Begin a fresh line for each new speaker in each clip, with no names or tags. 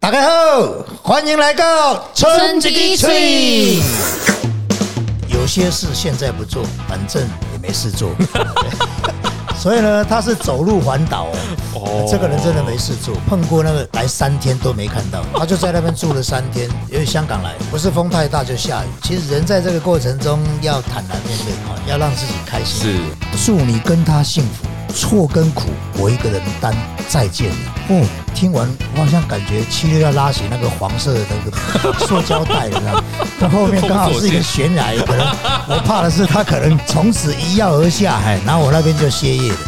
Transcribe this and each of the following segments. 大家好，欢迎来到
村子一起。
有些事现在不做，反正也没事做。 所以呢，他是走路环岛哦。
哦
这个人真的没事做，碰过那个来三天都没看到，他就在那边住了三天。因为香港来，不是风太大就下雨。其实人在这个过程中要坦然面对啊，要让自己开心。
是，
祝你跟他幸福。错跟苦，我一个人担。再见了。
嗯
哦，听完我好像感觉七六要拉起那个黄色的那 个塑胶袋了，你知道吗它后面刚好是一个悬崖，可能我怕的是他可能从此一跃而下，哎，然后我那边就歇业了。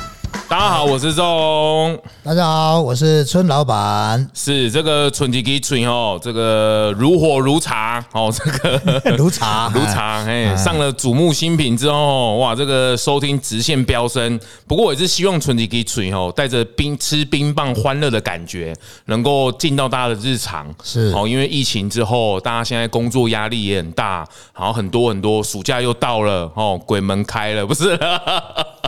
大家好，我是钟，
大家好，我是村老板。
是这个春吉吉春哦，这个如火如茶哦， 这个
如 茶
如茶，哎，上了瞩目新品之后，哇，这个收听直线飙升。不过我也是希望春吉吉春哦，带着冰吃冰棒欢乐的感觉，能够进到大家的日常。
是
哦，因为疫情之后，大家现在工作压力也很大，然后很多很多，暑假又到了哦，鬼门开了，不是 啦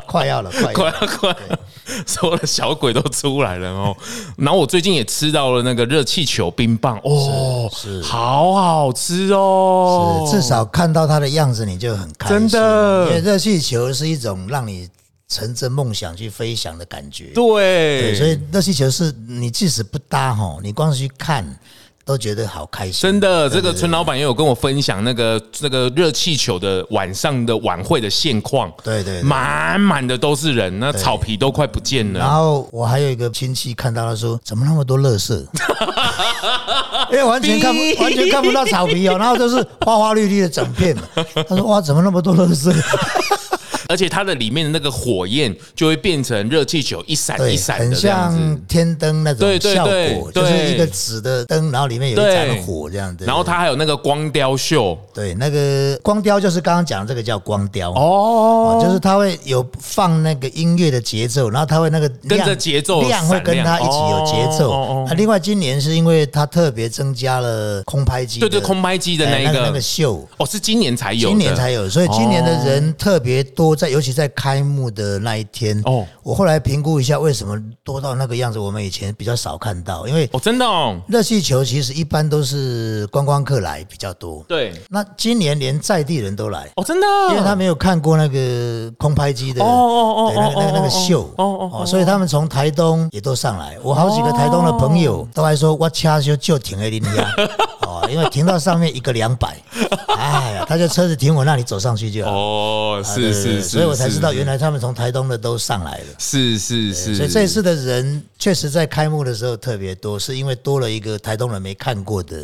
快要了，快要
快
了。
了快了， 所有的小鬼都出来了哦。然后我最近也吃到了那个热气球冰棒，哦，
是是
好好吃哦，
是至少看到他的样子，你就很开心。
真的
因为热气球是一种让你乘着梦想去飞翔的感觉。
对，
所以热气球是你即使不搭吼，你光是去看都觉得好开心。
真的，这个村老板也有跟我分享那个那个热气球的晚上的晚会的现况，
对对对
满满的都是人，那草皮都快不见
然
了。
后我还有一个亲戚看到他说，怎么那么多垃 圾？因为完全看
逼
不完全看不到草 皮哦，然后都是花花绿绿的整片嘛。他说哇，怎么那么多垃 圾？
而且它的里面的那个火焰就会变成热气球一闪
对，
一闪
很
的这样子
像。天灯那
对
种
对
效
对
果，就是
对
一个纸的灯，然后里面有一
对
盏火这样子。
然后它还有那个光雕秀
对那个光雕就是刚刚讲的这个叫光雕
哦
哦，就是它会有放那个音乐的节奏，然后它会那个
跟
量
着节奏
量会跟它一起有节
闪亮哦哦
奏
哦。
啊，另外今年是因为它特别增加了空拍机的，
对对，空拍机的那
哎
一
那
个，
那个秀。
哦，是今年才有的，
今年才有，所以今年的人特别多，在尤其在开幕的那一天。
哦
哦，我后来评估一下，为什么多到那个样子，我们以前比较少看到，因为
哦，真的哦，
热气球其实一般都是观光客来比较多。
对，
那今年连在地人都来，
哦，真的，
因为他没有看过那个空拍机的
哦哦哦
对那个那个那
哦哦
个秀
哦哦哦
哦，所以他们从台东也都上来。我好几个台东的朋
哦
友都还说，我车就就停在林 家哦，因为停到上面一个两百，哎呀，他就车子停我那里走上去就好。
哦，是
啊对
是是，
所以我才知道原
来
来他们从台东的都上来了。
是是是，
所以这一次的人确实在开幕的时候特别多，是因为多了一个台东人没看过的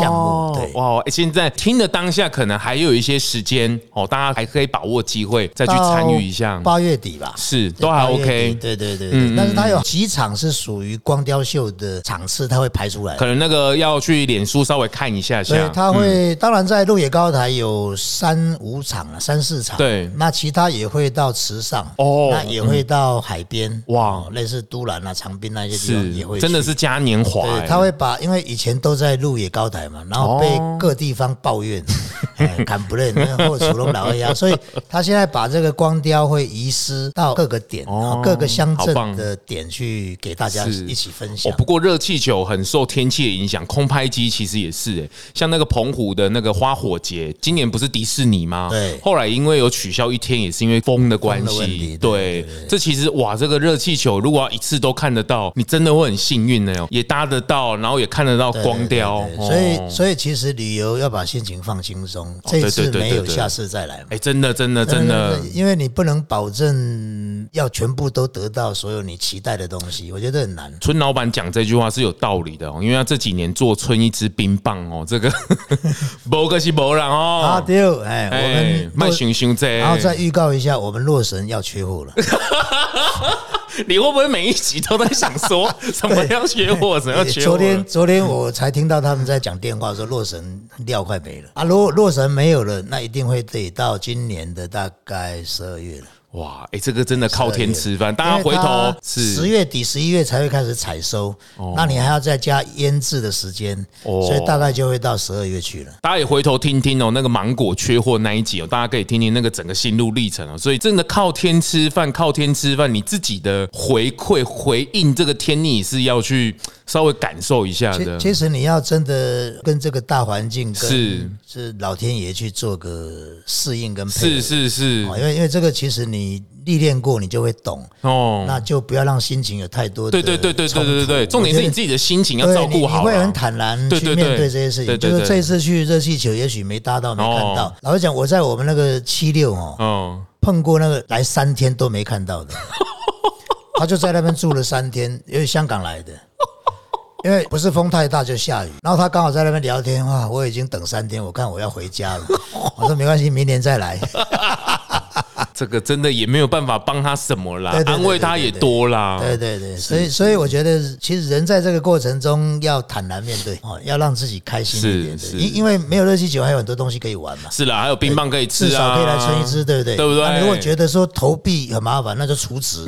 项目。对，
哦哇，诶现在听的当下可能还有一些时间哦，大家还可以把握机会再去参与一下
到，八月底吧，
是都还
八月底
OK，嗯
对对对对，但是它有几场是属于光雕秀的场次，它会排出来
可。能那个要去脸书稍微看一下
所以
下，
它会，
嗯
当然在鹿野高台有三五场啊，三四场。
对
那其他也会到池上，
哦
那也会到海边，
哇
哇，类似都兰啊、长滨那些地方也会
是
去，
真的是嘉年华，欸
对，
诶
他会把，因为以前都在鹿野高台嘛，然后被各地方抱 怨，哎砍不认，或楚龙老二呀，所以他现在把这个光雕会移师到各个点，
哦
然后各个乡
好
镇
棒
的点去给大家
是
一起分
哦
享，。
不过热气球很受天气的影响，空拍机其实也是诶、像那个澎湖的那个花火节，今年不是迪士尼吗？
对
后来因为有取消一天，也是因为风的关
风的问
系
题。
对，这其实哇，这个热气球如果要一次都看得到，你真的会很幸运的哦，也搭得到，然后也看得到
对
光雕
对。对
哦
所以所以其实旅游要把心情放轻松，这一次
对对对
没有，
对对
下次再来嘛。
哎，真的，真的，真的，
因为你不能保证要全部都得到所有你期待的东西，我觉得很难。
村老板讲这句话是有道理的哦，因为他这几年做村一支冰棒哦，这个 博个是博然
啊，
哦，
对，哎，我
哎
们，
卖熊熊这，
然后再预告一下，我们洛神要缺货 了，
你会不会每一集都在想 说什么要学我，什么要学我？
昨天昨天我才听到他们在讲电话说洛神料快没了啊，如果洛神没有了，那一定会得到今年的大概十二月了。
哇，哎、这个真的靠天吃饭，大家回头
十
是
月底、十一月才会开始采收，那你还要再加腌制的时间，
哦
所以大概就会到十二月去了。
大家也回头听听哦，那个芒果缺货那一集哦，大家可以听听那个整个心路历程哦。所以真的靠天吃饭，靠天吃饭，你自己的回馈回应这个天，你也是要去稍微感受一下
其
的。
其实你要真的跟这个大环境
是
跟是老天爷去做个适应跟配合
是是是
哦因为因为这个其实你历练过，你就会懂，
哦，
那就不要让心情有太多的
对对对对对对对对，重点是你自
己
己的心情要照顾好
你，
啊
你会
啦
很。坦然
对
去
对
面
对
对这些事
对
情。
对
就
对
是这一次去热气球，也许没搭到没看
哦
到。老实讲，我在我们那个七六哦，
哦，
碰过那个来三天都没看 到的，他就在那边住了三天，因为香港来的，因为不是风太大就下雨，然后他刚好在那边聊天哇，我已经等三天，我看我要回 家了，我说没关系，明年再来，
这个真的也没有办法帮他什么啦
对，对对
安慰他也多啦。
对对对，所以所以我觉得其实人在这个过程中要坦然面对哦，要让自己开心一点，
是
对
是
因因为没有热气球还有很多东西可以玩嘛。
是啦，还有冰棒可以吃啊，
至少可以来存一支，对不对？啊
对不对
那如果觉得说投币很麻烦，那就储 值，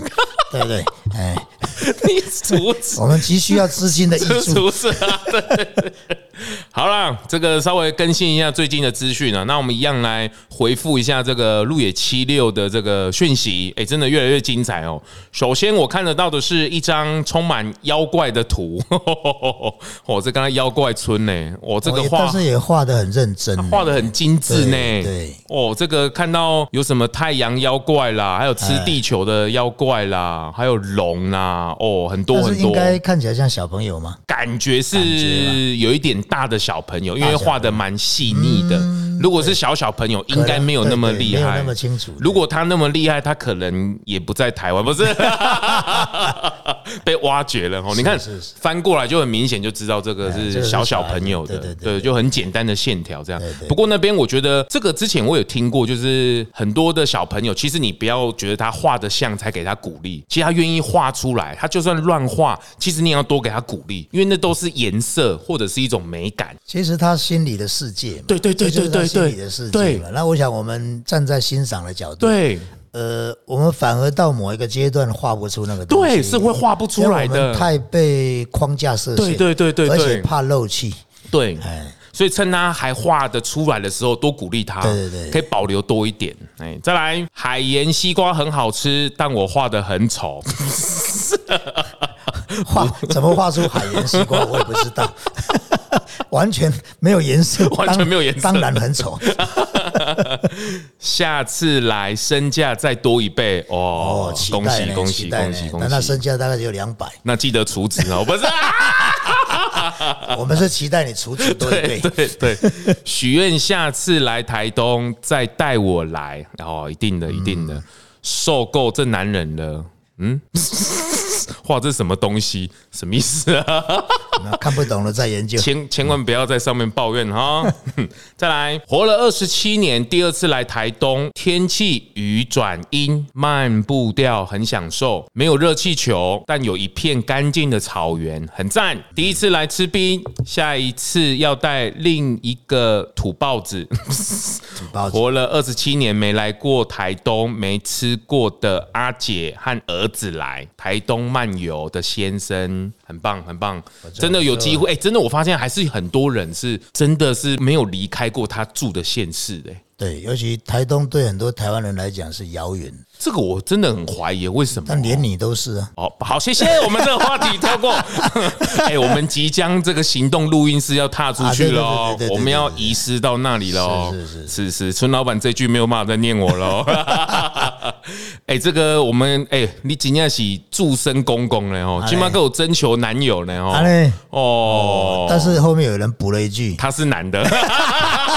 对不对？哎，
你厨子，
我们急需要资金的益
这
助。
厨子啊，对对对。 好啦，这个稍微更新一下最近的资讯啊。那我们一样来回复一下这个路野七六的这个讯息，哎、真的越来越精彩哦。首先我看得到的是一张充满妖怪的图， 哦，这刚才妖怪村呢、哦， 这个
哦也
画
但是也画的很认真，
画的很精致呢。
对对
哦，这个看到有什么太阳妖怪啦，还有吃地球的妖怪啦，还有龙啦，哦，很多
哎但
很
是应
多，
该看起来像小朋友嘛。
感觉
感觉
是有一点大的小朋友，因为画的蛮细腻的。如果是小小朋友，应该没有那么
嗯对对
厉
没有
害
那。么清楚。
如果他那么厉害，他可能也不在台湾，不是 被挖掘了哦。你看
是是
翻过来就很明显，就知道这个
哎这
是
个是
小
小
小
孩
朋友
对
的，
对对
对，就很简单的线条这样
对。对
不过那边我觉得这个之前我有听过，就是很多的小朋友，其实你不要觉得他画的像才给他鼓励，其实他愿意画出来，他就算乱画，其实你也要多给他鼓励，因为那都是颜色或者是一种美感。
其实他心里的世界嘛，
对对对
这就是他
对对
心
对
里的世
对
界嘛。那我想我们站在欣赏的角度，，
对
呃，我们反而到某一个阶段画不出那个东西，
对，是会画不出来
因为我们
的。
太被框架设限，
对对对对
而
对
且怕漏气，
对，
哎，
所以趁他还画得出来的时候，多鼓励他，
对对对
可以保留多一点。哎，再来，海盐西瓜很好吃，但我画得 很丑。
画怎么画出海盐西瓜，我也不知道。 完全没有颜色，
完全
当
没有颜色
当然很丑。
下次来身价再多一倍 哦
哦，期
恭
待
喜
呢，
恭
期
喜
待
恭
呢
喜
那
恭
那
喜！
身价大概只有两 百，
那记得除值 哦，不是、啊？
我们是期待你除子多一
对
倍。
对对，许愿下次来台东再带我来哦，一定
嗯
的一定的，受够这男人了。嗯， 哇，这什么东西？什么意思啊？
那看不懂了再研究。
千千万不要在上面抱怨哈。 再来，活了二十七年，第二次来台东，天气雨转阴，慢步调很享受，没有热气球，但有一片干净的草原，很赞。第一次来吃冰，下一次要带另一个土豹子。
包
活了二十七年没来过台东、没吃过的阿姐和儿子来台东漫游的先生，很棒，很棒，真的有机会。哎、真的，我发现还是很多人是真的是没有离开过他住的县市的、哎
对，尤其台东对很多台湾人来讲是遥远，
这个我真的很怀疑，为什么？
但连你都是啊。
哦，好，谢 谢。我们这个话题跳过。哎、我们即将这个行动录音室要踏出去了哦
啊对对对对对对对
我们要移师到那里了哦。
是是
是是，村老板这句没有办法再念我了哦。 哎、这个我们哎、你今天是祝生公公了哦，
啊嘞
今晚给我征求男友呢
啊
哦。
嘞，
哦，
但是后面有人补了一句，
他是男的，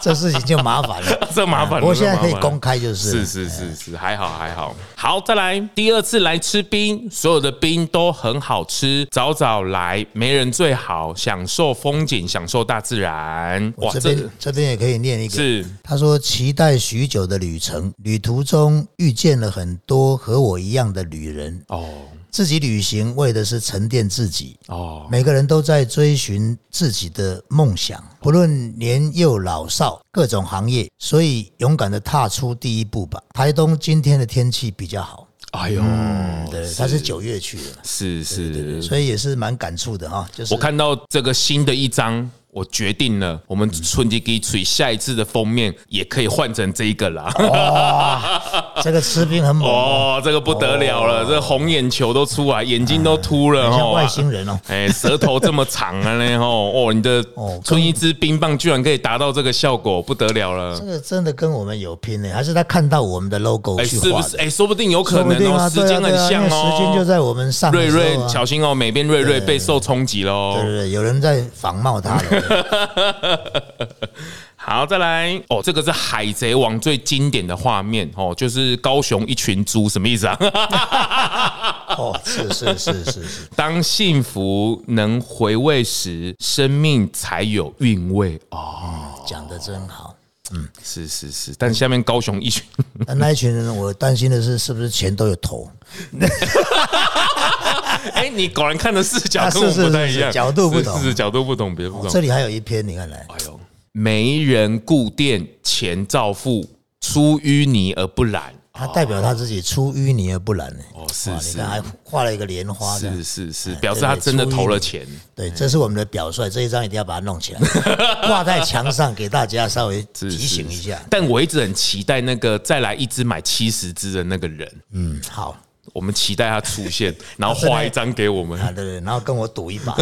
这事情就麻烦了。
这麻烦了。
不过现在可以
这麻烦了
公开就是是，
是是是，还好还好。好，再来第二次来吃冰，所有的冰都很好吃，早早来，没人最好，享受风景，享受大自然。哇，
这
这个
边这边也可以念一个。
是
他说：“期待许久的旅程，旅途中遇见了很多和我一样的旅人，
哦，
自己旅行为的是沉淀自己。
哦，
每个人都在追寻自己的梦想，不论年幼老少，各种行业，所以勇敢的踏出第一步吧。台东今天的天气比较好，
哎呦，
对，他是九月去的，
是是，
所以也是蛮感触的哈。就是
我看到这个新的一章，我决定了，我们春季给水下一次的封面也可以换成这一个啦。
这个吃冰很猛哦，
哦，这个不得了了，这红眼球都出来，眼睛都秃了
很像
哦。
外星人哦。
哎，舌头这么长啊嘞吼！哦，你的
哦
春一支冰棒居然可以达到这个效果，不得了了
这！个真的跟我们有拼呢，还是他看到我们的 logo
哎，
去
是
画
不
的
是？？哎，说不定有可
说不
能
定
哦，
啊，
时
对啊
间很
对啊因
像
为
哦。
时间就在我们上
瑞
的时候啊。
瑞，小心哦，美边瑞瑞备受冲击喽
对。对对，有人在仿冒他了。 对
好，再来哦，这个是《海贼王》最经典的画面哦，就是高雄一群猪，什么意思啊？
哦，是是是是是，
当幸福能回味时，生命才有韵味哦。
讲的真好。
是是是，但下面高雄一群，
那那一群人，我担心的是，是不是钱都有投？
哎，你果然看的视角
啊
跟我
是
们
是
不太一
是
样，
角度不同
是是角度不同，别不
这
同。
里还有一篇，你看来，
哎呦，没人顾店，钱照付，出淤泥而不染。
他代表他自己出淤泥而不染呢。
哦，是
哇，你
是
看还画了一个莲花的，
是是是，表示他真的
出淤
投了
泥
钱。
对，这是我们的表率，这一张一定要把它弄 起来，挂在墙上给大家稍微
是
提醒一下
是。但我一直很期待那个再来一只买七十只的那个人，
嗯，好，
我们期待他出现，然后画一张给我们。
啊对对，然后跟我赌一把，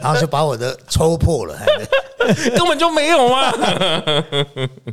然后就把我的抽破了。哎
根本就没有啊嘛。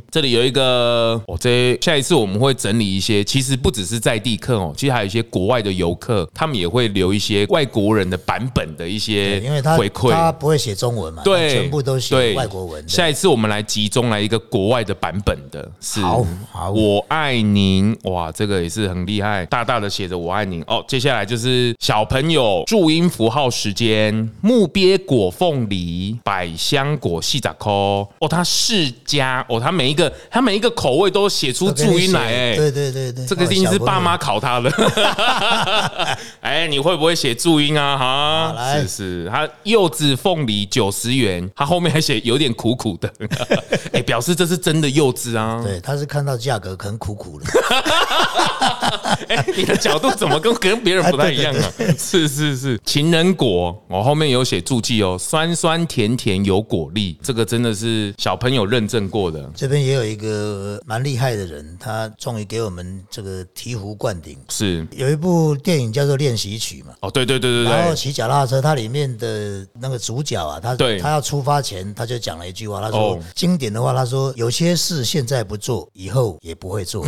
这里有一个，哦，这下一次我们会整理一些，其实不只是在地客哦，其实还有一些国外的游客，他们也会留一些外国人的版本的一些
因为他
回馈。
他不会写中文嘛，
对，
全部都写
对
外国文。
下一次我们来集中来一个国外的版本的，是
好好
我爱您，哇，这个也是很厉害，大大的写着我爱您。哦，接下来就是小朋友注音符号时间，木鳖果凤梨百香果细仔扣。哦，它世家，哦，它每一个它每一个口味都写出
我跟你
注音
写
来，哎，
对对对对，
这个一
哦
定是
小朋友
爸妈考 他的。哎，你会不会写注音啊？
好
哈，
来
是是，他柚子凤梨九十元，他后面还写有点苦苦 的，哎，表示这是真的柚子啊。
对，他是看到价格可能苦 苦的，
哎，你的角度怎么跟跟别人不太一样 啊？是是是，情人果，我后面有写注记哦，酸酸甜甜有果粒，这个真的是小朋友认证过的。
这边也有一个蛮厉害的人，他终于给我们这个醍醐灌顶。
是
有一部电影叫做《练习曲》嘛，
哦，对对对对
然后
对，
骑脚踏车，它里面的那个主角啊，他
对
他要出发前，他就讲了一句话，他说、
哦
经典的话，他说有些事现在不做，以后也不会 做。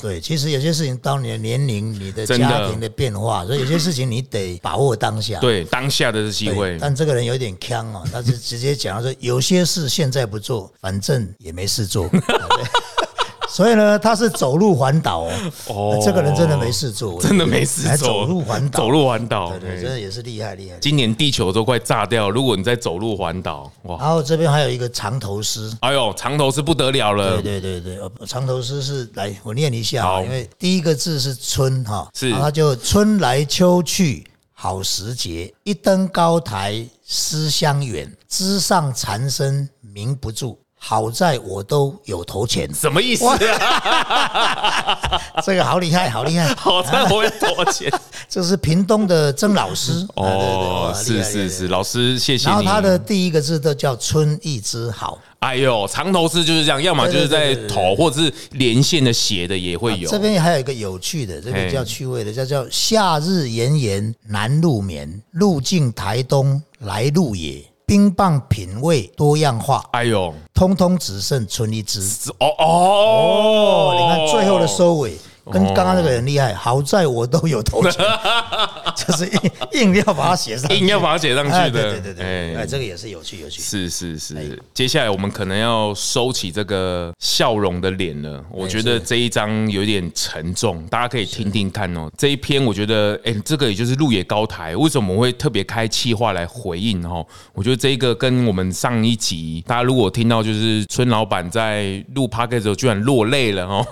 对，其实有些事情，当你的年龄、你的
真的
家庭的变 化，所以有些事情你得把握当下。
对当下的机
对
会，
但这个人有点呛哦，他是直接讲他说有些事现在不做，反正也没事 做。对 所以呢，他是走路环岛哦。
哦
这个人真的没事做，
真的没事
还
做，
走路环岛，
走路环岛，
对对，
哎
真的也是厉害厉害。
今年地球都快炸掉，如果你在走路环岛，哇，
然后这边还有一个长头诗，
哎呦，长头是不得了了
对，对对对，呃长头诗是来我念一下
嗯好
啊，因为第一个字是春哈，
是
然后它就春来秋去好时节，一登高台思乡远，枝上残声鸣不住。好在我都有投 钱，
什么意思啊？
这个好厉害，好厉害！
好在我有多钱
这是屏东的曾老师啊对对对
哦，
哇厉
是
害厉害
是是，老师谢谢
然后
你。
他的第一个字都叫“春意之好
哎呦，长头是就是这样，要么就是在
对对对对对啊
头或者是连线的斜的也会”。有
这边还有一个有趣的，这
嘿
个叫趣味的，叫叫“夏日炎炎难入眠，路径台东来路也”。冰棒品味多样化，
哎呦，
通通只剩春一枝。
是哦哦
哦，你看最后的收尾跟刚刚那个人厉害，好在我都有投 钱，就是硬硬要把它写上去，
硬要把它写上
哎
去
对
的，
对对对，哎，这个也是有趣有趣。
是是是，接下来我们可能要收起这个笑容的脸了。我觉得这一章有点沉重，大家可以听听看哦。这一篇我觉得，哎，这个也就是路野高台，为什么我会特别开气话来回应哦？我觉得这一个跟我们上一集，大家如果听到就是村老板在录 p o d c a s t 居然落泪了哦，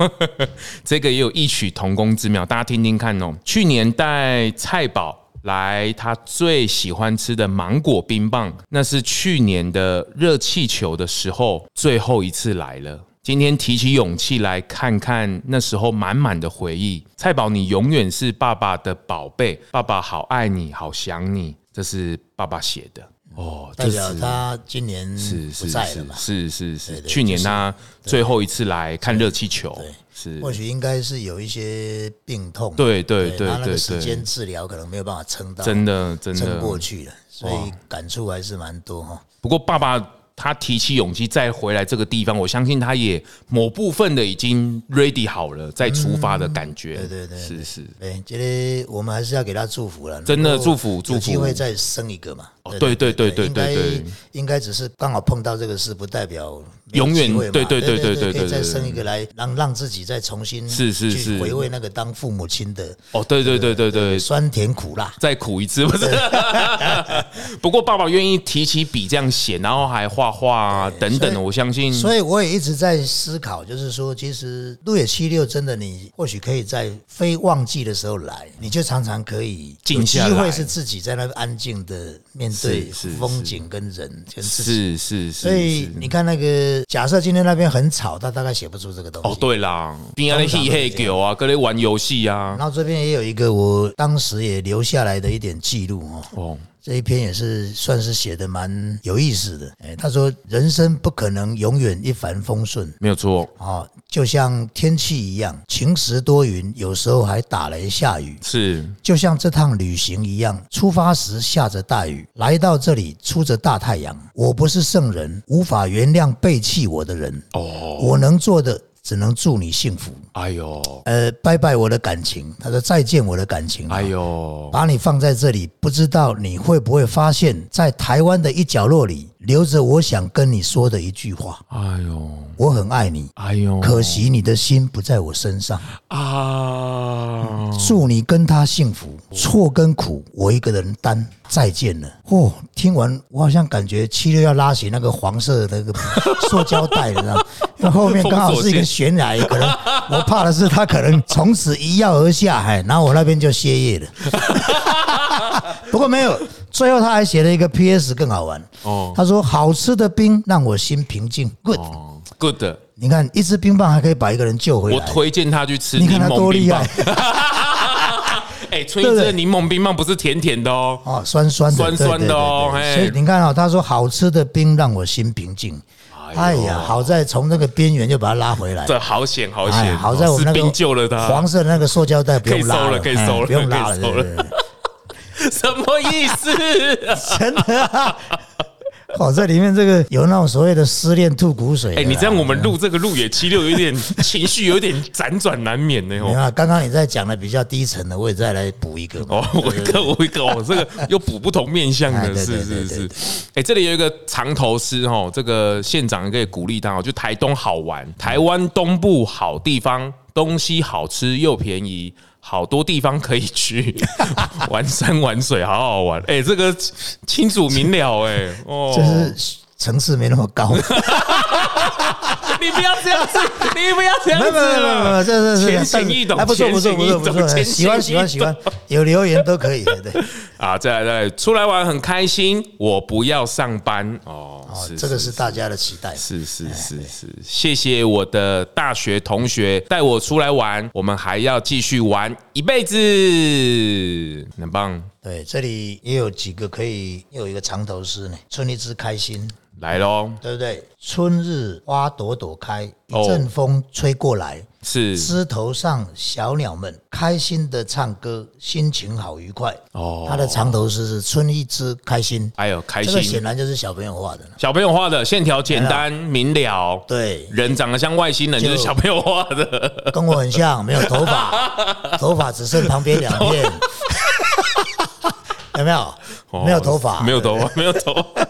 这个也有异。异曲同工之妙，大家听听看哦。去年带菜宝来他最喜欢吃的芒果冰棒，那是去年的热气球的时候最后一次来了。今天提起勇气来看看那时候满满的回忆。菜宝，你永远是爸爸的宝贝，爸爸好爱你，好想你。这是爸爸写的哦，
代
这
表
是
他今年
是
不
是
在了
是
嘛？
是是是，
对
去年
就是
他最后一次来看热气球
对，
是，
或许应该是有一些病痛，
对对对
他那
对
个时
对，
间治疗可能没有办法撑到，
真的真
撑
的。
过去了，所以感触还是蛮多哈。
不过爸爸他提起勇气再回来这个地方，我相信他也某部分的已经 ready 好了，再出发的感觉。
嗯对对对对
是是，
对，今天我们还是要给他祝福了，
真的
能够
祝福祝
有
福
机会再生一个嘛？
哦对对对
应
对
该
对对
应该只是刚好碰到这个事，不代表没有
永远
机会嘛
对对
对
对对
对，
对
可
对
以再
对
生一个来，让让自己再重新
是是
去
是
回味那个当父母亲的
哦，对对对对对，
酸甜苦辣。
再苦一 次，不是？不过爸爸愿意提起笔这样写，然后还画画啊等等的，我相信。
所以我也一直在思考，就是说，其实路野七六真的，你或许可以在非旺季的时候来，你就常常可以
静下来
有机会是自己在那边安静的面对
是是是
风景跟人跟自己。
是是是，
所以
是
你看那个，假设今天那边很吵，他大概写不出这个东西。
哦，对啦，边安的嘿嘿狗啊，跟咧玩游戏啊，
然后这边也有一个我当时也留下来的一点记录哦，
哦，
这一篇也是算是写的蛮有意思的。哎，他说人生不可能永远一帆风顺，
没有错，
哦，就像天气一样，晴时多云，有时候还打雷下雨。
是
就像这趟旅行一样，出发时下着大雨，来到这里出着大太阳。我不是圣人，无法原谅背弃我的人。
哦，
我能做的只能祝你幸福。
哎呦，
呃，拜拜我的感情，他说再见我的感情。
哎呦，
把你放在这里，不知道你会不会发现，在台湾的一角落里，留着我想跟你说的一句话：
哎呦，
我很爱你，
哎呦，
可惜你的心不在我身上。
啊，
祝你跟他幸福，
哦
错跟苦我一个人担。再见了。哦，听完我好像感觉七六要拉起那个黄色的那 个塑胶袋了，你知道吗因为后面刚好是一个悬崖，可 能我怕的是他可能从此一跃而下，哎，然后我那边就歇 业了。不过没有，最后他还写了一个 P.S. 更好玩。
哦
他说：“好吃的冰让我心平静。”Good，
哦，good，
你看一支冰棒还可以把一个人救回
我
来。
推荐他去吃
你
柠
看他多
檬冰
厉
棒
害。
哎，春一枝的柠檬冰棒不是甜甜的哦，
哦，酸酸的，
酸酸的哦
对对对
嘿
对所以你看哦，他说好吃的冰让我心平静。哎呀，好在从那个边缘就把它拉回来。
这好险好
哎呀，
险，
好在我们那
是
个
冰救了他
黄，色的那个塑胶袋不用拉
可以收了可以
哎
收了
不用拉
可
了，
以收
对对
了
对，
什么意 思？
真的啊。哦，这里面这个有那种所谓的失恋吐苦水的
哎，
啦。
你这样我们录这个路野七六有点情绪，有点辗转难眠呢
没
哦。
有啊，刚刚你在讲的比较低沉的，我也再来补一个嘛。
哦，我一个我一个哦，这个又补不同面向
哎
的，
对对
是是
对
是
对。
哎，这里有一个长头诗哦，这个县长也可以鼓励他哦，就台东好玩，台湾东部好地方，东西好吃又便宜。好多地方可以去 玩山玩水，好好玩。哎、这个清楚明了哎、哦，
就是层次没那么高，
你不要这样子，你不要这样
没
子
有没有没有没有，
了。
这这
浅
这，
显
但
易懂
哎，不错不错不错不
浅显
错，哎喜
易懂
欢喜欢
浅显易
喜欢，有留言都可以的， 对。
啊，再来再来，出来玩很开心，我不要上班哦。
哦
是，
这个是大家的期待。
是是是是，谢谢我的大学同学带我出来玩，我们还要继续玩一辈子，很棒。
对，这里也有几个可以，又有一个长头诗呢，“春一枝开心”，
来喽，
对不对？春日花朵朵开，
哦
一阵风吹过来，
是
枝头上小鸟们开心的唱歌，心情好愉快。
哦
他的长头诗是“春一枝开心”，
哎呦开
这个显
心，
然就是小朋友画的了。
小朋友画的线条简单明了，
对，
人长得像外星人，就是
就
小朋友画的。
跟我很像，没有头发，头发只剩旁边两片， 有没有？
哦
没有头发，
没有头发，没 有头发。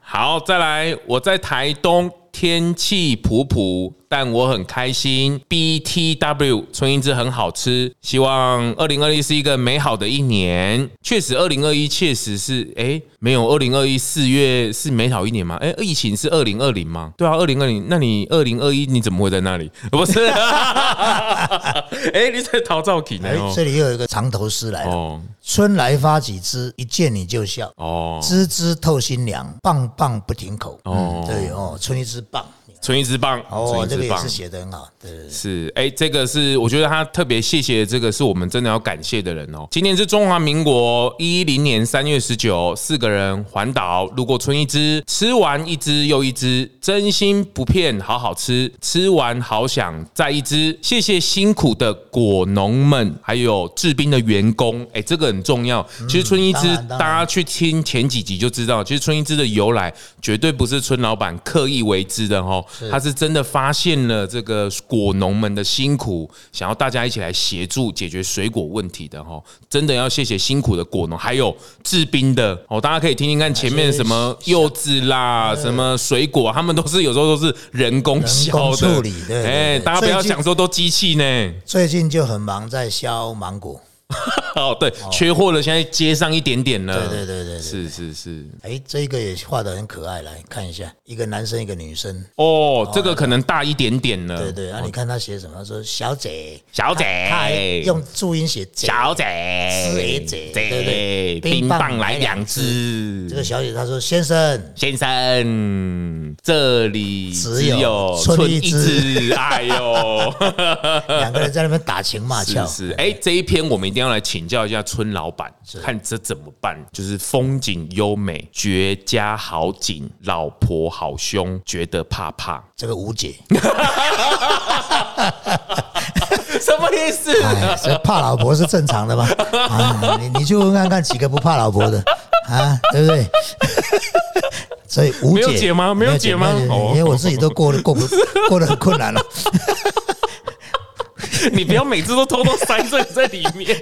好，再来，我在台东天气普普，但我很开心。BTW 春英之很好吃，希望二零二一是一个美好的一年。确实，二零二一确实是，哎、没有二零二一四月是美好一年吗？哎、疫情是二零二零吗？对啊，二零二零，那你二零二一你怎么会在那里？不是， 哎、你在逃造品呢
哎、？
哦
这里又有一个藏头诗来了：
哦
春来发几枝，一见你就笑，
哦，
枝枝透心凉，棒棒不停口。
哦
嗯，对哦，春一枝棒。
春英之棒，
哦，
春
这
英
个
之
也
棒
是写的很好。对对对，
是，哎、这个是我觉得他特别谢谢这个是我们真的要感谢的人哦。今年是中华民国一零年三月十九，四个人环岛路过村一只，吃完一只又一只，真心不骗，好好吃，吃完好想再一只。谢谢辛苦的果农们，还有制冰的员工，哎、这个很重要。其实春一
当
只
然
大
嗯当然
家大家去听前几集就知道，其实春一枝的由来绝对不是村老板刻意为之的哦，他是真的发现了这个果农们的辛苦，想要大家一起来协助解决水果问题的哦，真的要谢谢辛苦的果农，还有制冰的哦，大家可以听听看前面什么柚子啦，什么水果，他们都是有时候都是人工削
工
的
处理对对
哎，
对
大家不要
最近
想说都机器呢，
最近就很忙，在削芒果。
哦，对，缺货了，现在接上一点点了，
对对对对对。
是是是。
哎，这个也画的很可爱，来看一下，一个男生，一个女生。
哦，这个可能大一点点了。
对对，啊，你看他写什么？他说小姐，
嗯小
他还
姐，
用注音写姐。
小姐，
姐姐对不
对
对
冰
冰
棒
棒来
来两
两
只
这。个小姐她说先 生，
先生，这里只
只有
有
春
春一
一
只，哎呦，
两个人在那边打情骂
是
俏。
是，哎，这一篇我们一定要来请教一下村老板，看这怎么办？就是风景优美，绝佳好景，老婆好凶，觉得怕怕，
这个吴姐，
什么意思？
哎，这怕老婆是正常的吧？啊，你你去问看看几个不怕老婆的啊，对不对？ 所以吴
没
姐
有解吗没有解吗
没有没有
哦
因为我自己都过得过不过得很困难了。
你不要每次都偷偷塞这个在里面。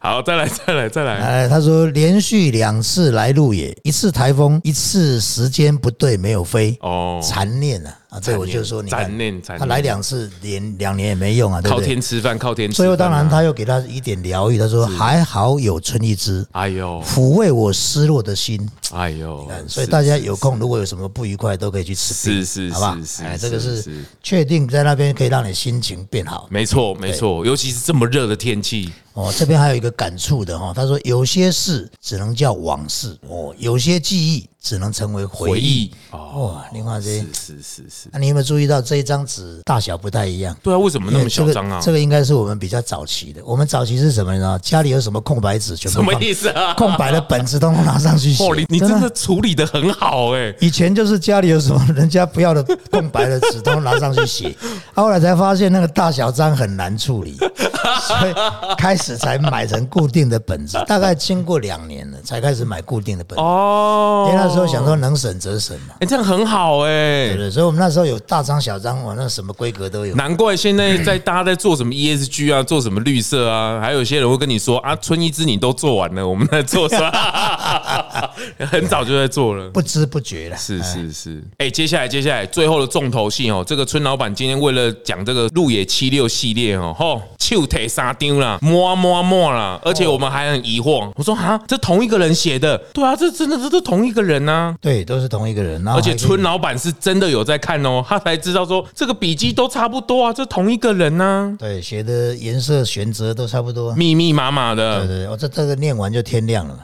好，再来，再来，再来。
哎，他说连续两次来路野，一次台风，一次时间不对没有飞。
哦，
残念啊！啊，这我就说你看
残念残念
他来两次，连两年也没用啊，对
靠
不对？
天吃饭，靠天吃饭啊。
最后当然他又给他一点疗愈，他说还好有春一枝，
哎呦，
抚慰我失落的心。
哎呦，
所以
是
大家有空，如果有什么不愉快，都可以去吃
是
冰，
是
好吧
是？是
哎，这个
是是
是确定在那边可以让你心情变好。
没错，没错，尤其是这么热的天气，
哦，这边还有一个感触的哦，他说有些事只能叫往事，哦，有些记忆只能成为
回
回忆。
忆哦，
哦，另外这些，啊
是是是是，
那你有没有注意到这一张纸大小不太一样？
对啊，为什么
因
那么
为这
嚣
个
张啊？
这个应该是我们比较早期的。我们早期是什么呢？家里有什么空白纸，全部
什么
放
意思啊？
空白的本子都拿上去写。
哦，你你真
啊
的处理的很好哎，
以前就是家里有什么人家不要的空白的纸都拿上去 写，啊后来才发现那个大小章很难处理，所以开始才买成固定的本 子。大概经过两年了，才开始买固定的本子。
哦
因，为那时候想说能省则省嘛，
哎，这样很好哎
对不，对？所以我们那时候有大张小张，我那什么规格都有。
难怪现在在大家在做什么 ESG 啊，做什么绿色啊，还有一些人会跟你说啊，春一枝你都做完了，我们在做啥？ 很早就在做了。
不知不觉了，
是是是，哎、接下来接下来最后的重头戏哦，这个村老板今天为了讲这个路野七六系列哦，吼，手腿沙丢啦，摸啊摸啊摸啦，而且我们还很疑惑，我说啊，这同一个人写的，对啊，这真的这都同一个人啊，
对，都是同一个人。然后
而且
哦还可以
村老板是真的有在看哦，他才知道说这个笔记都差不多啊，这同一个人啊呐、
对写的颜色选择都差不多。
密密麻麻
对
的，
对，哦我这这个念完就天亮了嘛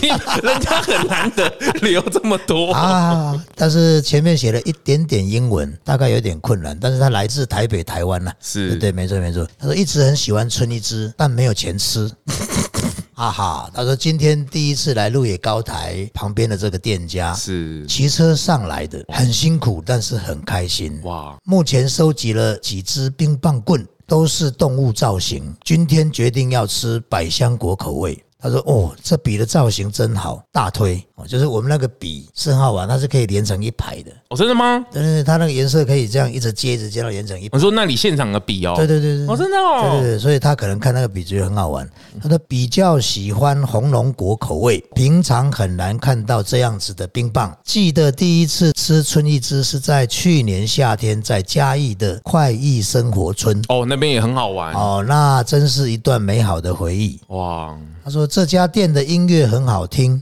你 人家很难得留这么多。
啊！但是前面写了一点点英文，大概有点困难。但是他来自台北、台湾呐、啊
是
对对，没错没错。他说一直很喜欢春一枝，但没有钱吃。 哈哈，他说今天第一次来鹿野高台旁边的这个店家，
是
骑车上来的，很辛苦，但是很开心。
哇，
目前收集了几支冰棒棍，都是动物造型。今天决定要吃百香果口味。他说：“哦，这笔的造型真好，大推哦，就是我们那个笔是很好玩，它是可以连成一排的，
哦，真的吗？
但是它那个颜色可以这样一直接一直接到连成一排。
我说那里现场的比哦，
对对对对，
哦，真的
对对
哦，
对，所以他可能看那个笔觉得很好玩。他说比较喜欢红龙果口味，平常很难看到这样子的冰棒。记得第一次吃春一枝是在去年夏天，在嘉义的快意生活村。
哦，那边也很好玩，
哦，那真是一段美好的回忆。
哇，
他说这家店的音乐很好听，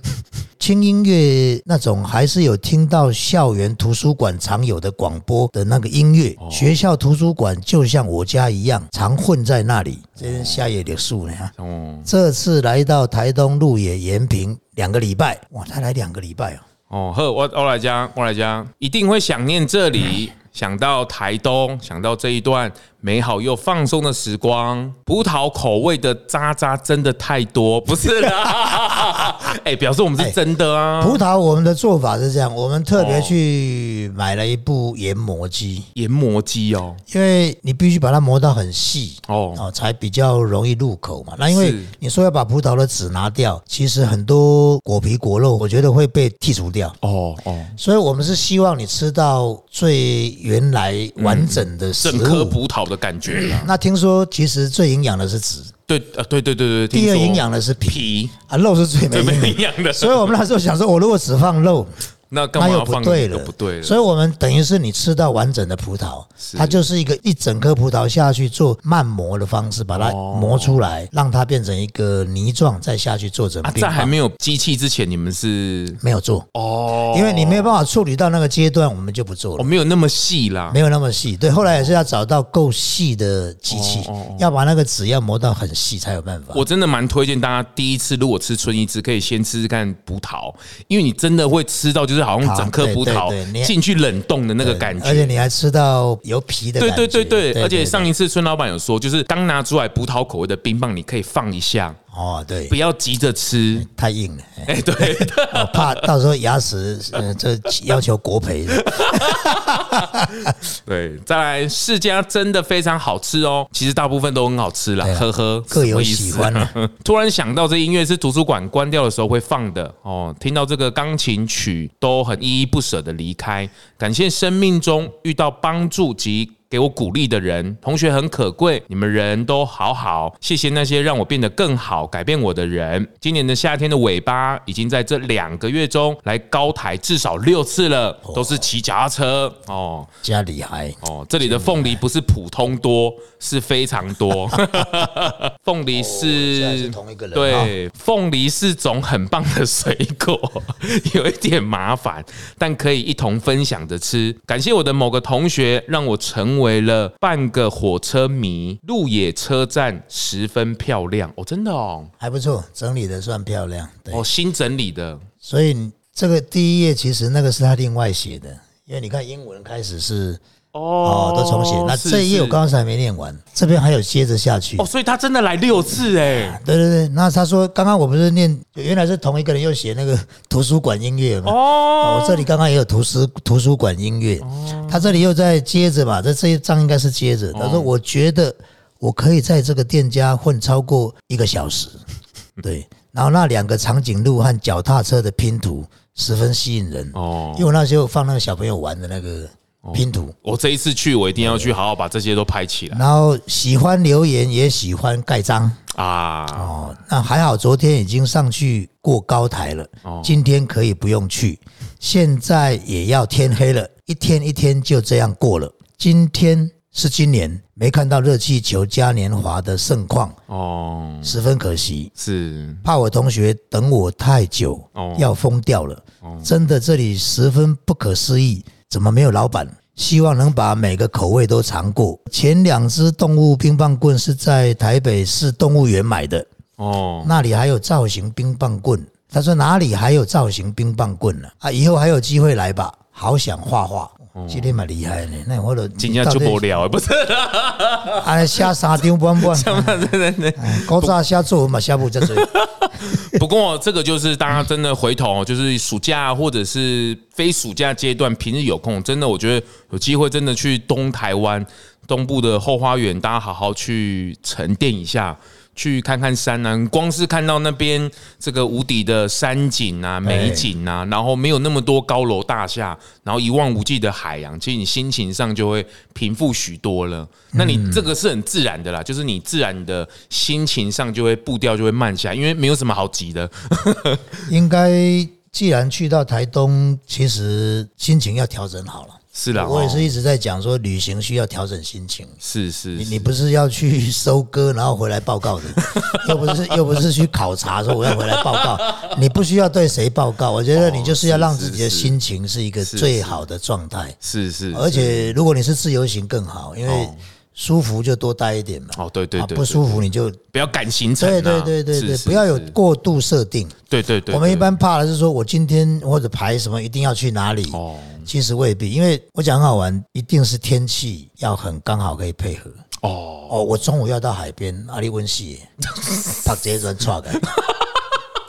轻音乐那种还是有听到校园图书馆常有的广播的那个音乐。学校图书馆就像我家一样，常混在那里。这是下野柳树呢。
哦
这次来到台东鹿野延平两个礼拜，哇，他来两个礼拜哦。
哦，呵，我我来家，我来家，一定会想念这里。想到台东，想到这一段美好又放松的时光，葡萄口味的渣渣真的太多，不 是啦？哎、表示我们是真的啊！
葡萄，我们的做法是这样，我们特别去买了一部研磨机，
研磨机哦，
因为你必须把它磨到很细
哦
哦，才比较容易入口嘛。那因为
是
你说要把葡萄的籽拿掉，其实很多果皮果肉，我觉得会被剔除掉。
哦哦，
所以我们是希望你吃到最原来完整的食
嗯整颗
物。
葡萄的感觉啦。
那听说其实最营养的是籽，
对，呃，对对对对，
第二
听说
营养的是皮
皮
啊，肉是最没
最
营
没
养
营养的，
所以我们那时候想说，我如果只放肉，
那干
那
嘛要
又不
放
对
那
了，
个不对
所
了，
以我们等于是你吃到完整的葡萄，它就是一个一整颗葡萄下去做慢磨的方式，把它
哦
磨出来，让它变成一个泥状，再下去做成
啊，
冰
在还
棒。
没有机器之前，你们是
没有做，
哦，
因为你没有办法处理到那个阶段，我们就不做
我
了。
没有那么细啦
没。有那么细，对，后来也是要找到够细的机器，要把那个纸要磨到很细才有办法。
哦我真的蛮推荐大家，第一次如果吃春一枝，可以先吃吃看葡萄，因为你真的会吃到就是好像整颗葡
好对对对
萄
你
进去冷冻的那个感
而且
觉。
你还吃到有皮的感
对
觉。
对对对，而且
对
上一次孙老板有说，就是刚拿出来葡萄口味的冰棒，你可以放一下，
哦，对
不，要急着吃。
太硬了。
哎，对，
我怕到时候牙齿，呃，这要求国赔的。
对，再来世家真的非常好吃哦，其实大部分都很好吃啦，
对啊
呵呵，
各有
什么意思
喜欢 啊
突然想到，这音乐是图书馆关掉的时候会放的哦，听到这个钢琴曲都很依依不舍的离开，感谢生命中遇到帮助及。给我鼓励的人，同学很可贵，你们人都好好，谢谢那些让我变得更好、改变我的人。今年的夏天的尾巴，已经在这两个月中来高台至少六次了，都是骑脚踏车哦。
家里还
哦，这里的凤梨不是普通多，是非常 多。凤梨
哦现在
是
是同啊一个人哦
对，凤梨是种很棒的水果， 有一点麻烦，但可以一同分享着吃。感谢我的某个同学，让我成为了半个火车迷。鹿野车站十分漂亮哦，真的哦，
还不错，整理的算漂亮。对，
哦，新整理的
所以你这个第一页其实那个是他另外写的，因为你看英文开始是
哦
哦都重写，那
是
这一页
是
我刚才还没念完，这边还有接着下去
哦，。所以他真的来六次哎。
对对对，那他说刚刚我不是念，原来是同一个人又写那个图书馆音乐嘛。
哦，
哦，这里刚刚也有图书图书馆音乐，他这里又在接着吧，这这一章应该是接
哦
着。他说：“我觉得我可以在这个店家混超过一个小 时。”对，然后那两个长颈鹿和脚踏车的拼图十分吸引人，
哦
因为我那时候放那个小朋友玩的那个拼图。
我这一次去，我一定要去好好把这些都拍起来
然后喜欢留言，也喜欢盖章
啊！
哦。那还好，昨天已经上去过高台了，今天可以不用去。现在也要天黑了，一天一天就这样过了。今天是今年没看到热气球嘉年华的盛况，
哦，
十分可惜。
是
怕我同学等我太久，
哦
要疯掉了。真的，这里十分不可思议，怎么没有老板？希望能把每个口味都尝过。前两只动物冰棒棍是在台北市动物园买的，
哦，
那里还有造型冰棒棍。他说哪里还有造型冰棒棍呢、啊？以后还有机会来吧，好想画画。今天蛮厉害呢，那我都
哦今天就不聊，不是
啊，写三张半半， 哎古早写作文嘛，写不这多。
不过这个就是大家真的回头，就是暑假或者是非暑假阶段，平日有空，真的我觉得有机会真的去东台湾东部的后花园，大家好好去沉淀一下。去看看山啊，光是看到那边这个无底的山景啊、美景啊，然后没有那么多高楼大厦，然后一望无际的海洋，其实你心情上就会平复许多了。那你
嗯
这个是很自然的啦，就是你自然的心情上就会步调就会慢下来，因为没有什么好急的。
应该既然去到台东，其实心情要调整好了。
是啦，
我也
哦
是一直在讲说，旅行需要调整心情。
是是
你
是
你不是要去 收割，然后回来报告的，又不是又不是去考察说我要回来报告，你不需要对谁报告。我觉得
哦
你就是要让自己的心情是一个最好的状态，
是是，
而且如果你是自由行更好，因为舒服就多待一点嘛。
哦对对
啊，
对，
不舒服你就
不要赶行程啊，
对对对对对，
是
不要有，
是是
过度设定。
对对对，
我们一
对
般怕的是说我今天或者排什么一定要去哪里，
哦
其实未必，因为我讲很好玩，一定是天气要很刚好可以配合。
哦，
哦，我中午要到海边，阿里温西， 把这一转错的。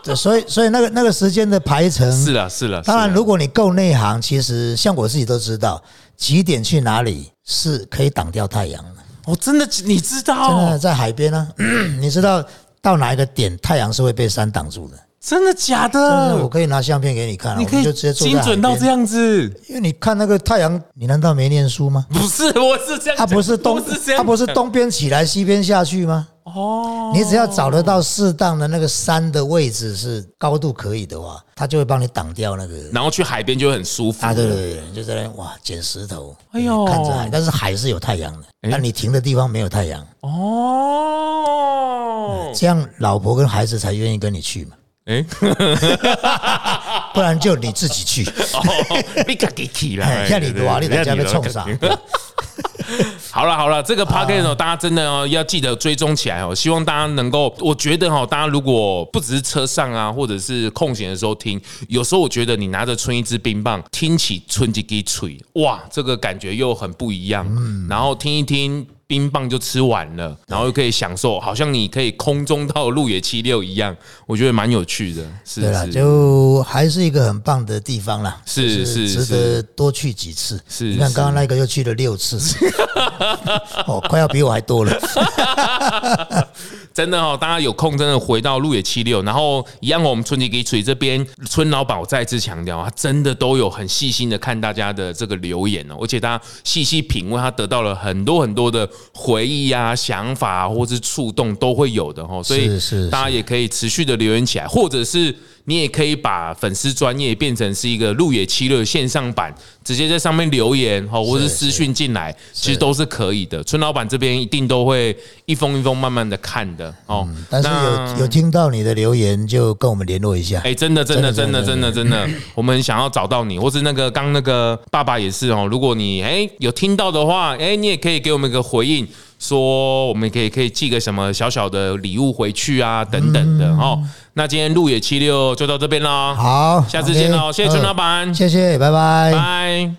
对，所以所以那个那个时间的排程，
是啦是啦，
当然
是啦啊
如果你够内行，其实像我自己都知道几点去哪里是可以挡掉太阳的。
哦，真的你知
真
道
的，在海边呢、 你知道到哪一个点太阳是会被山挡住的？
真的假
但是我
的？
可以拿相片给你看、啊，
呃你可
我
以
们就直接坐在
精
海
准到这
边，
样子？
因为你看那个太阳，你难道没念书吗？
不是，我是 这样讲，
它不是东
我是这，样
它不是
讲
东边起来西边下去吗？
哦，
你只要找得到适当的那个山的位置是高度可以的话，它就会帮你挡掉那个。
然后去海边就会很舒服
啊，对对对，你就在那边哇捡石头，
哎呦哎
看着海，但是海是有太阳的，但你停的地方没有太阳，
哦，
这样老婆跟孩子才愿意跟你去嘛，
哎，
不然就你自己 去，
哦你自己去啦，
嘿
哎
吓你热啊你在家
对对
要创
对
啥？
啊
啊
好了好了，这个 podcast 哦，大家真的哦要记得追踪起来哦。希望大家能够，我觉得哈，大家如果不只是车上啊，或者是空闲的时候听，有时候我觉得你拿着春一支冰棒，听起春几滴吹，哇，这个感觉又很不一样。
嗯
然后听一听。冰棒就吃完了，然后又可以享受，好像你可以空中到路野七六一样，我觉得蛮有趣的。是
对啦，
是
就还是一个很棒的地方啦，
是
就是值得多去几次。
是
你看
是
刚刚那个又去了六 次，哦，快要比我还多了。
真的哦，大家有空真的回到路野七六，然后一样哦，我们春吉给水这边，村老板我再次强调啊，他真的都有很细心的看大家的这个留言哦，而且大家细细品味，他得到了很多很多的回忆啊、想法、啊、或是触动都会有的哦，所以
是是
大家也可以持续的留言起来，或者是你也可以把粉丝专业变成是一个路野七六线上版，直接在上面留言哦，或是私讯进来，其实都是可以的。村老板这边一定都会一封一封慢慢的看的哦。
嗯但是
那
有有听到你的留言，就跟我们联络一下。
哎、真的，真的，真
真
的，
的
真的，真的， 我们很想要找到你，或是那个刚那个爸爸也是哦。如果你哎、有听到的话，哎、你也可以给我们一个回应，说我们可以可以寄个什么小小的礼物回去啊，等等
嗯
的哦。那今天路野七六就到这边喽，
好，
下次见喽
OK，
谢谢陈
嗯
老板
谢谢，拜拜
拜。